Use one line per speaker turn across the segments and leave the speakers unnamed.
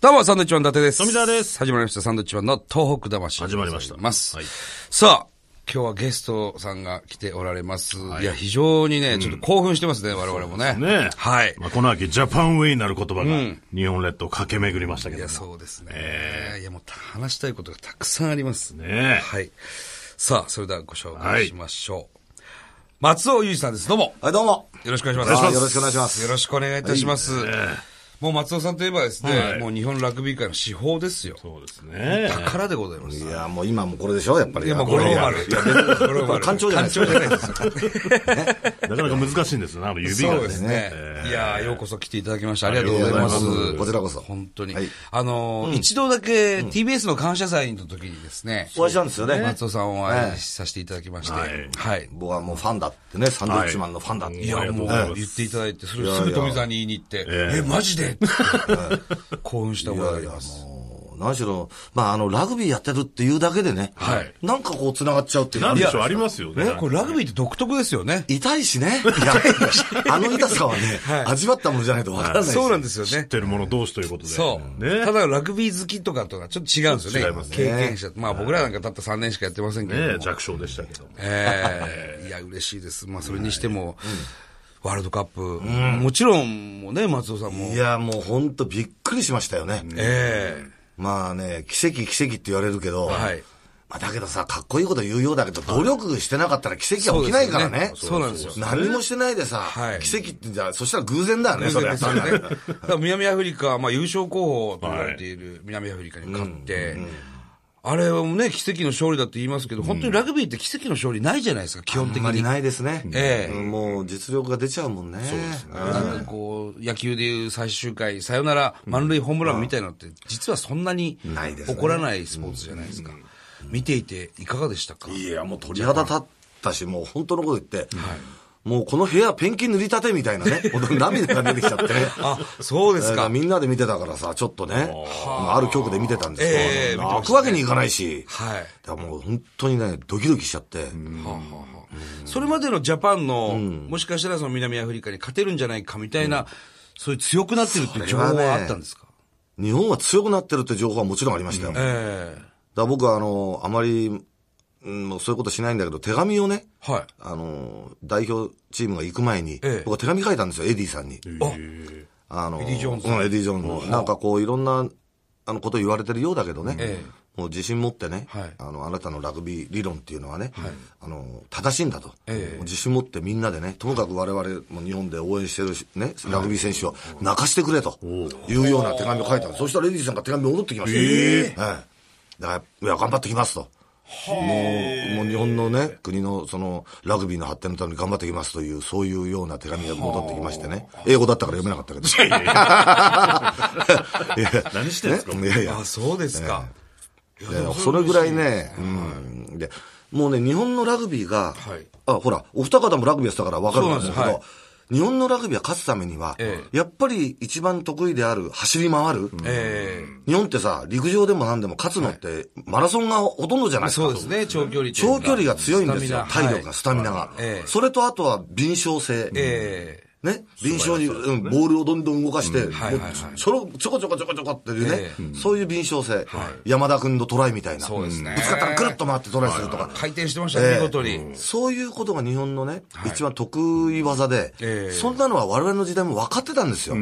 どうも、サンドイッチマン伊達です。
富澤です
始まりました、サンドイッチマンの東北魂。
始まりました
ます。
はい
さあ、今日はゲストさんが来ておられます。い、や、非常にね、ちょっと興奮してますね、我々もね。
ねえ。
はい。
まあ、この秋、ジャパンウェイになる言葉が、日本列島を駆け巡りましたけ
い
ど
や、
も。
そうですね。いや、もう話したいことがたくさんあります。
ねえ。
はい。さあ、それではご紹介しましょう。松尾裕二さんです。どうも。
はい、どうも。
よろしくお願いし
あ
ま
ー
す。
よろしくお願いします
よろしくお願いいたします。もう松尾さんといえばですね、
はい
もう日本ラグビー界の至宝ですよ。
そうですね。
宝でございます
い。や、もう今もこれでしょ、やっぱり。
いや、もう五郎丸。いや五郎 丸。
官庁じゃないです
官庁じゃないですよ。
なかなか難しいんですよね、あの指が
そう
ね
ですね。いやーようこそ来ていただきました。ありがとうございます
ありがとうございます。こちらこそ
本当に
はい。
あのー、一度だけ TBS の感謝祭の時にですね、
お会いしたんですよね。
松尾さんをお会いさせていただきまして、
はい
はい。
僕はもうファンだってね、サンドウィッチマンのファンだって。
いや、もう
え
言っていただいて、それ
いやい
す
や
ぐ富澤に言いに行って、
ええ
え、マジで って興奮した
えい
覚えが
や
あ
い
り
や、
ます。
もう、何しろ、まあ、あの、ラグビーやってるっていうだけでね、
はい
なんかこう、繋がっちゃうっていう
な
か
んでしょう、
い
あ
や
りますよね。
これラグビーって独特ですよね。
痛いし ね。いや、あの痛さはね、味わったものじゃないとわからないし
そうなんですよ
知っ
ね。
てるもの同士ということで。
そう。
ね
ただラグビー好きとかとはちょっと違うんですよね。
違いますね
経験者。まあ僕らなんかたった3年しかやってませんけれど
ね
も。
弱小でしたけども。
ええいや、嬉しいです。まあそれにしても、ワールドカップ、もちろん、もうね、松尾さんも。
いや、もう本当びっくりしましたよね。
え
まあね、奇跡奇跡って言われるけど、
はい
まあだけどさ、かっこいいこと言うようだけど、努力してなかったら奇跡は起きないからね。
そうですよねそう
何もしてないでさ、
はい
奇跡ってじゃあ、そしたら偶然だよ
え
ね、それ
ですよね。だから南アフリカは、まあ優勝候補と言われている南アフリカに勝って、あれはね、奇跡の勝利だって言いますけど、本当にラグビーって奇跡の勝利ないじゃないですか、基
あ
本
ん
的
まり
に。
ないですね。
ええ
うんもう実力が出ちゃうもんね。そうですね。
なんかこう、野球でいう最終回、サヨナラ、満塁ホームランみたいなのって、実はそんなに
ないです
起
ね
こらないスポーツじゃないですか。見ていていかがでしたか
いや、もう鳥肌立ったし、もう本当のこと言って、もうこの部屋ペンキ塗りたてみたい なね、ほんと涙が出てきちゃってね。
あ、そうで
だ
す
から
か。
みんなで見てたからさ、ちょっとね、まあある局で見てたんです
ええ
けど、泣くわけにいかないし、
はい。
だからもう本当にね、ドキドキしちゃって、
それまでのジャパンの、もしかしたらその南アフリカに勝てるんじゃないかみたいな、そういう強くなってるっていう情報
それは
は
ね
あったんですか
日本は強くなってるって情報はもちろんありましたよ。だか
え
ら僕はあの、あまり、うんもうそういうことしないんだけど、手紙をね、
えはい。
あの、代表チームが行く前に、
ええ
僕は手紙書いたんですよ、エディさんに。あの、エ
ディジョーンズ
うん、エディ・ジョーンズのなんかこう、いろんな、あの、こと言われてるようだけどね、
え
もう自信持ってね、
はい
あの、あなたのラグビー理論っていうのはね、あの、正しいんだと、
ええ
もう自信持ってみんなでね、ともかく我々も日本で応援してるしね、ラグビー選手を泣かしてくれと、いうような手紙を書いたのそしたらエディさんが手紙戻ってきましたよ。はいだから、いや、頑張ってきますと。もう日本のね、国のそのラグビーの発展のために頑張ってきますという、そういうような手紙が戻ってきましてね。英語だったから読めなかったけど。いや
何してんすか
ねいやいや
あ、そうですか。
いやそれぐらいね、うん、で、もうね、日本のラグビーが、
はい
あ、ほら、お二方もラグビーやってたから分かると思うんですけど、
そうなんで
日本のラグビーは勝つためには、
え
やっぱり一番得意である走り回る、
え
日本ってさ、陸上でも何でも勝つのって、マラソンがほとんどじゃない
え
ですか。
そうですね、長距離という
長
か
距離が強いんですよ。
スタミナ
体力
は
が、
い
スタミナが
ええ。
それとあとは敏捷性。
ええ
ね、敏捷に、うんボールをどんどん動かして、も
はいはいはいう
ちょろちょこちょこちょこちょこっていう
え
ね、そういう敏捷性。山田君のトライみたいな。
そうですね
ぶつかったらくるっと回ってトライするとか。
回転してましたね、見事に。
そういうことが日本のね、一番得意技で、
ええ
そんなのは我々の時代も分かってたんですよ。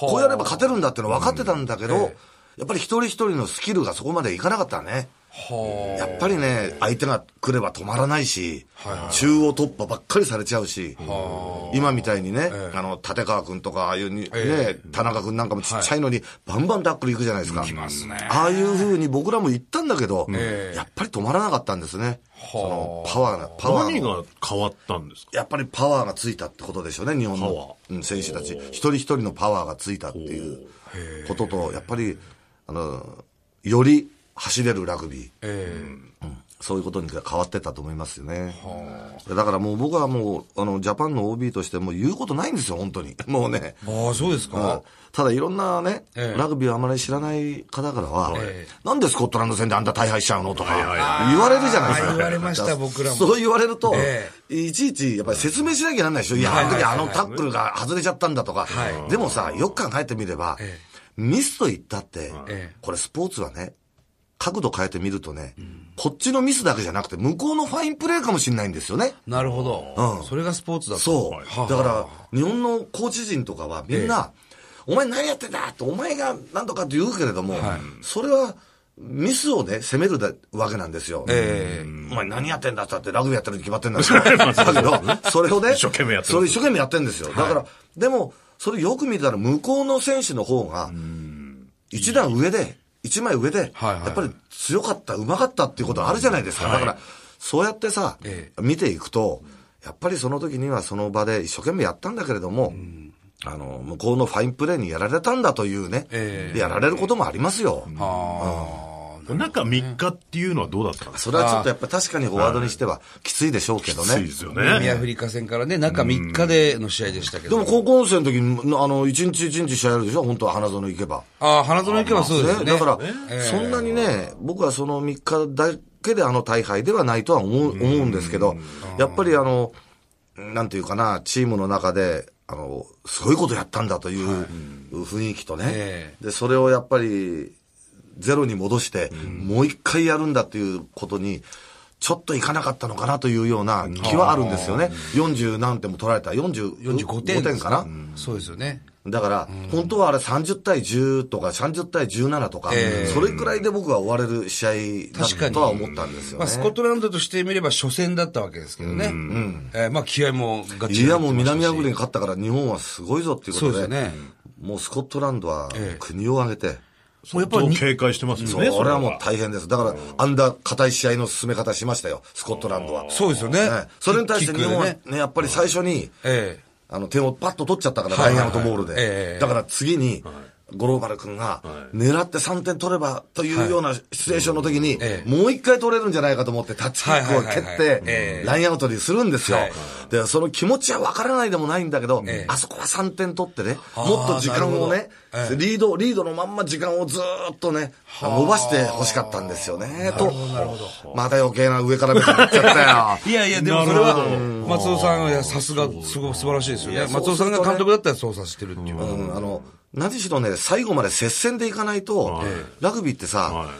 こうやれば勝てるんだってのは分かってたんだけど、やっぱり一人一人のスキルがそこまでいかなかったね。
は
やっぱりね、相手が来れば止まらないし、中央突破ばっかりされちゃうし、今みたいにね、あの、立川君とか、ああいうに、ね、田中君なんかもちっちゃいのに、バンバンタックル行くじゃないですか。
ますね
ああいう風に僕らも行ったんだけど、
ええ
やっぱり止まらなかったんですね。その、パワーが、パワー
何
の
が変わったんですか
やっぱりパワーがついたってことでしょうね、日本
パワ
のうん選手たち。一人一人のパワーがついたっていうことと、やっぱり、あの、より走れるラグビー。
え
そういうことに変わってったと思いますよね。だからもう僕はもう、あの、ジャパンの OB としてもう言うことないんですよ、本当に。もうね。
えああ、そうですか。
ただいろんなね、
ええ
ラグビーをあまり知らない方からは、
え
なんでスコットランド戦であんた大敗しちゃうのとか、
はいはいは
言われるじゃないです
あ
か。
ー言われました
だから
僕らも
そう言われると、
え
いちいちやっぱり説明しなきゃなんないでしょ。いや、あの時あのタックルが外れちゃったんだとか。でもさ、よく考えてみれば、ミスと言ったって、
ええ
これスポーツはね、角度変えてみるとね、こっちのミスだけじゃなくて、向こうのファインプレーかもしれないんですよね。
なるほど、
うん
それがスポーツだと
そう。
はあ
だから、日本のコーチ陣とかはみんな、お前何やってんだって、お前が何とかって言うけれども、それは、ミスをね、責めるだわけなんですよ。
ええ
お前何やってんだって言ったってラグビーやってるに決まってんだから。だけど、それをね、
一生懸命やってる
それ一生懸命やってんですよ。だから、でも、それよく見たら向こうの選手の方が、一段上で、一枚上で、
はいはい
やっぱり強かった、うまかったっていうことあるじゃないですか。だから、そうやってさ
え、
見ていくと、やっぱりその時にはその場で一生懸命やったんだけれども、あの、向こうのファインプレーにやられたんだというね、
え
やられることもありますよ。
はあ
中3日っていうのはどうだったんですか
それはちょっとやっぱ確かにフォワードにしてはきついでしょうけど
き
ね。
ついですよ
南ア
ね。
フリカ戦からね中3日での試合でしたけ
で
ど
も高校生の時に、あの、一日一日試合やるでしょ本当は花園行けば。
ああ花園行けばそうですよね
だから、
ええ
そんなにね、僕はその3日だけであの大敗ではないとは思う思うんですけど、やっぱりあの、なんていうかな、チームの中で、あの、すごいことやったんだという雰囲気とね、
え
で、それをやっぱり、ゼロに戻して、もう一回やるんだっていうことに、ちょっといかなかったのかなというような気はあるんですよね。40何点も取られた。40
45点
点かな。
うんそうですよね
だから、本当はあれ30対10とか30対17とか、
ええ
それくらいで僕は終われる試合
確か
だ
に
とは思ったんですよ
まあ、。
ね
スコットランドとしてみれば初戦だったわけですけどね、えーまあ、気合もがっちり
いやもう
入ってましたし
南アフリカに勝ったから日本はすごいぞっていうことで、
そうですよね
もうスコットランドは
ええ
国を挙げて、
もうやっぱり
相
に
当警戒してますよね。
そう
そ
俺
れ
はもう大変です。だから、あんな硬い試合の進め方しましたよ、スコットランドは。
そうですよね
はいそれに対して日本は
キッ
ね
ク、
やっぱり最初に、
ええ
あの、点をパッと取っちゃったから、
は
ラ
い
イン
はい
ア
はい
ウトボール
ええ
で。だから次に、五郎丸君が、狙って3点取ればというようなシチュエーションの時に
え、え
もう一回取れるんじゃないかと思って、タッチキックを蹴
はいはい
っ
はいはい
て
え、え
ラインアウトにするんですよ
はい。
で、その気持ちはわからないでもないんだけど
ええ、
あそこは3点取ってね、
あー
もっと時間を
な
ね
るほどええ、
リード、リードのまんま時間をずーっとね、伸ばして欲しかったんですよね、と。また余計な上から目線になっちゃったよ。
いやいや、でもそれは
なるほど、
松尾さんはさすが、すごい素晴らしいですよね。松尾さんが監督だったら操作してるっていう。
うん、あの、何しろね、最後まで接戦でいかないと、
はい
ラグビーってさ、
は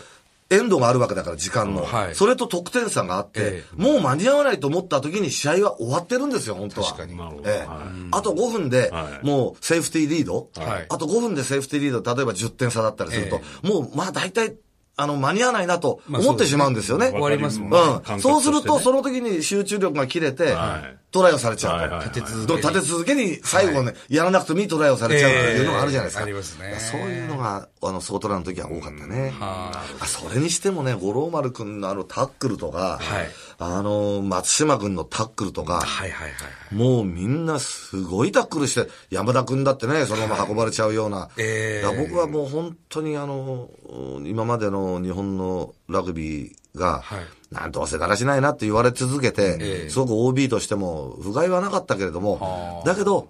エンドがあるわけだから、時間の、
はい
それと得点差があって、
え
もう間に合わないと思った時に試合は終わってるんですよ、本当は。
確かに
なるほど
ええ
は
あと5分で、
はい
もうセーフティーリード、
はい
あと5分でセーフティーリード、例えば10点差だったりすると、もう、まあ大体、あの、間に合わないなと
まあそ
思
う
っ
で
て
すね
しまうんですよね。
終わりますもんね
感覚
う
と
ん、
してね
そうすると、その時に集中力が切れて、
はい
トライをされちゃうと。
はいはいはい立て
続けに
立て続けに最後ね、やらなくてもいいトライをされちゃうというのがあるじゃないですか。
ええありますね
そういうのが、あの、ソートラの時は多かったね。あそれにしてもね、五郎丸君のあのタックルとか、
はい
あの、松島君のタックルとか、
はいはいはい。
もうみんなすごいタックルして、山田君だってね、そのまま運ばれちゃうような。
ええ
だから僕はもう本当にあの、うん今までの日本のラグビーが、
はい
なんとせだらしないなって言われ続けて、
ええ
すごく OB としても不甲斐はなかったけれども、だけど、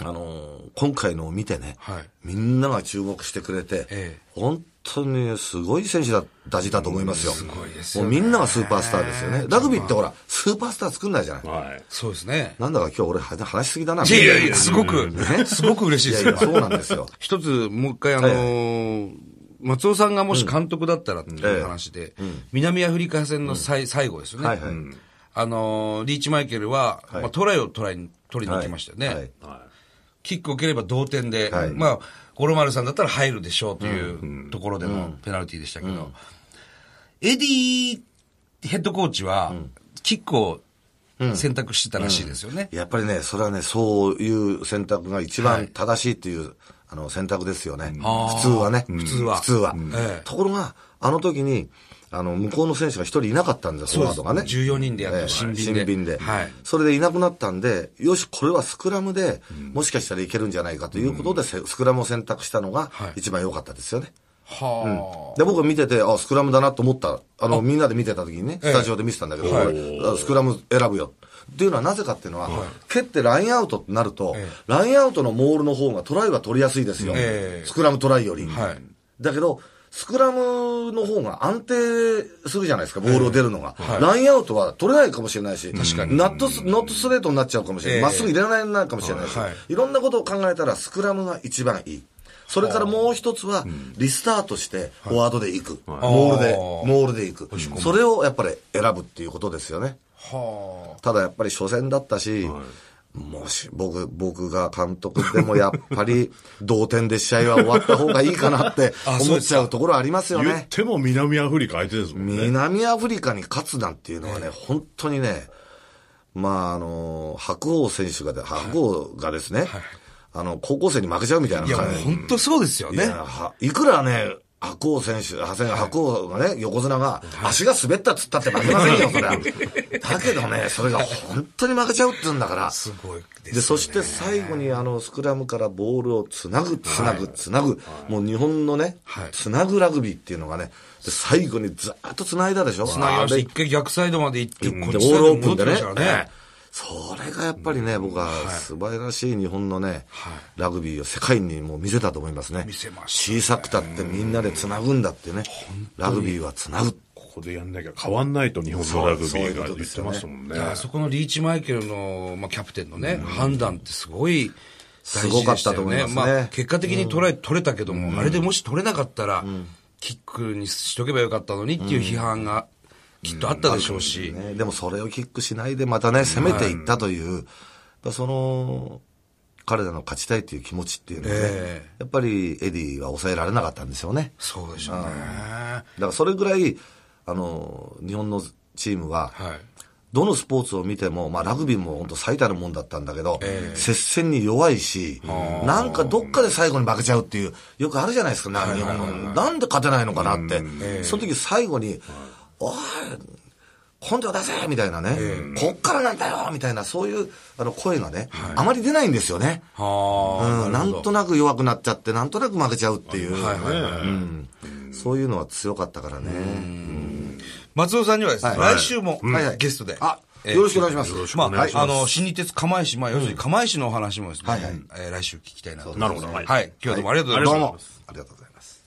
あのー今回のを見てね、
はい
みんなが注目してくれて、
ええ
本当にすごい選手だ、大事だと思いますよ。
すごいですよね
もうみんながスーパースターですよね。ラグビーってほら、スーパースター作んないじゃない。
はい。
そうですね。
なんだか今日俺話しすぎだな。
いやいやいや、すごく、すごく 嬉しい
い
で
や
す
い
よ
や、。そうなんです よ。
一つ、もう一回あのー松尾さんがもし監督だったらっていう話で、南アフリカ戦の最最後ですよね。
はいはい
うんあのーリーチマイケルは、
い
まあ、トライをトライに取りに行きましたよね。
はいはい
キックを受ければ同点で、
はい
まあ、五郎丸さんだったら入るでしょうというところでのペナルティでしたけど、エディヘッドコーチは、キックを選択してたらしいですよね。
やっぱりね、それはね、そういう選択が一番正しいっていう、あの、選択ですよね。
あー
普通はね。普
通は
普通は
うんええ。
ところが、あの時に、あの、向こうの選手が一人いなかったんです、フォワードがね。
14人でやった新
え
品
え
で。
新品で。
はい。
それでいなくなったんで、よし、これはスクラムで、もしかしたらいけるんじゃないかということで、せスクラムを選択したのが
はい
一番良かったですよね。
はあ。
で、僕見てて、あ、スクラムだなと思った。あの、みんなで見てた時にね、スタジオで見てたんだけど、
はい
俺スクラム選ぶよ。っていうのはなぜかっていうのは、蹴ってラインアウトってなると、
ええ
ラインアウトのモールの方がトライは取りやすいですよ。
ええ
スクラムトライより。
はい
だけど、スクラムの方が安定するじゃないですか、ボールを出るのが。ラインアウトは取れないかもしれないし、
確かに
ナットス、ノットストレートになっちゃうかもしれな
ええ
い。ま、っすぐ入れられないかもしれないし、
はい
いろんなことを考えたら、スクラムが一番いい。それからもう一つは、リスタートして、フォワードで行く。モールで、モールで行く。それをやっぱり選ぶっていうことですよね。ただやっぱり初戦だったし、もし僕、僕が監督でもやっぱり同点で試合は終わった方がいいかな って思っちゃうところありますよ
言っ
ね。
ても南アフリカ相手ですもんね。
南アフリカに勝つなんていうのはね、本当にね、まああの、白鵬選手がで、白鵬がですね、あの、高校生に負けちゃうみたいない
や、もう
感じ
本当そうですよ
い
ね
や。は、いくらね、白鵬選手、長谷川白鵬がね、横綱が、足が滑ったっつったって負けません よ、それは。だけどね、それが本当に負けちゃうって言うんだから。
すごいですよね
で、そして最後にあの、スクラムからボールをつなぐ、つなぐ、つなぐ。もう日本のね
はい、
つなぐラグビーっていうのがね、で最後にずーっとつないだでしょ
つなぎました
あれ
一回逆サイドまで行って、
で
こ
オ
っちサイ
ール
ド
オ
に
ープ
戻っ
ン
て
で
きま
ね
したから。
ええそれがやっぱりね、僕は素晴らしい日本のね、ラグビーを世界にもう見せたと思いますね。
見せまし
小さくたってみんなで繋ぐんだってね。ラグビーは繋ぐ。
ここでやんなきゃ変わんないと日本のラグビ
そういう
ー
こ
が
と
言
で
っ
す
て
よね
ましたもんね
い。や、そこのリーチマイケルの、まあ、キャプテンのね、判断ってすごい大事
すごか
で
っ
した
た
よ
と思い
ね。
ますね
まあ、結果的に取れ、取れたけども、あれでもし取れなかったら、キックにしとけばよかったのにっていう批判がきっとあったでしょうし、
ね、でもそれをキックしないでまたね、攻めていったという、やっぱその、彼らの勝ちたいという気持ちっていうのはね、
え
やっぱりエディは抑えられなかったんですよね。
そうでしょうね。
だからそれぐらい、あの、日本のチームは、
はい。
どのスポーツを見ても、まあ、ラグビーも本当最たるもんだったんだけど、接戦に弱いし、なんかどっかで最後に負けちゃうっていう、よくあるじゃないですか、なんか日本の。なんで勝てないのかなって。その時最後に、おい、根性出せみたいなね、こっからなんだよみたいな、そういうあの声がね、あまり出ないんですよね。
はあ、
うん、
な
な
る
ん
ほど。
となく弱くなっちゃって、なんとなく負けちゃうっていう、
はいはいはい
うんそういうのは強かったからね。
松尾さんにはですね、
はい
来週も
はいはい
ゲストで。
あ、
えー
よろしくお願いします。
ま
お願いし
あ、あの、新日鉄釜石、まあ、要するに釜石のお話もですね、
はいはい
えー来週聞きたいなと思います。
なるほど。はい
はい。今日はどうもありがとうございました。
どうも。ありがとうございます。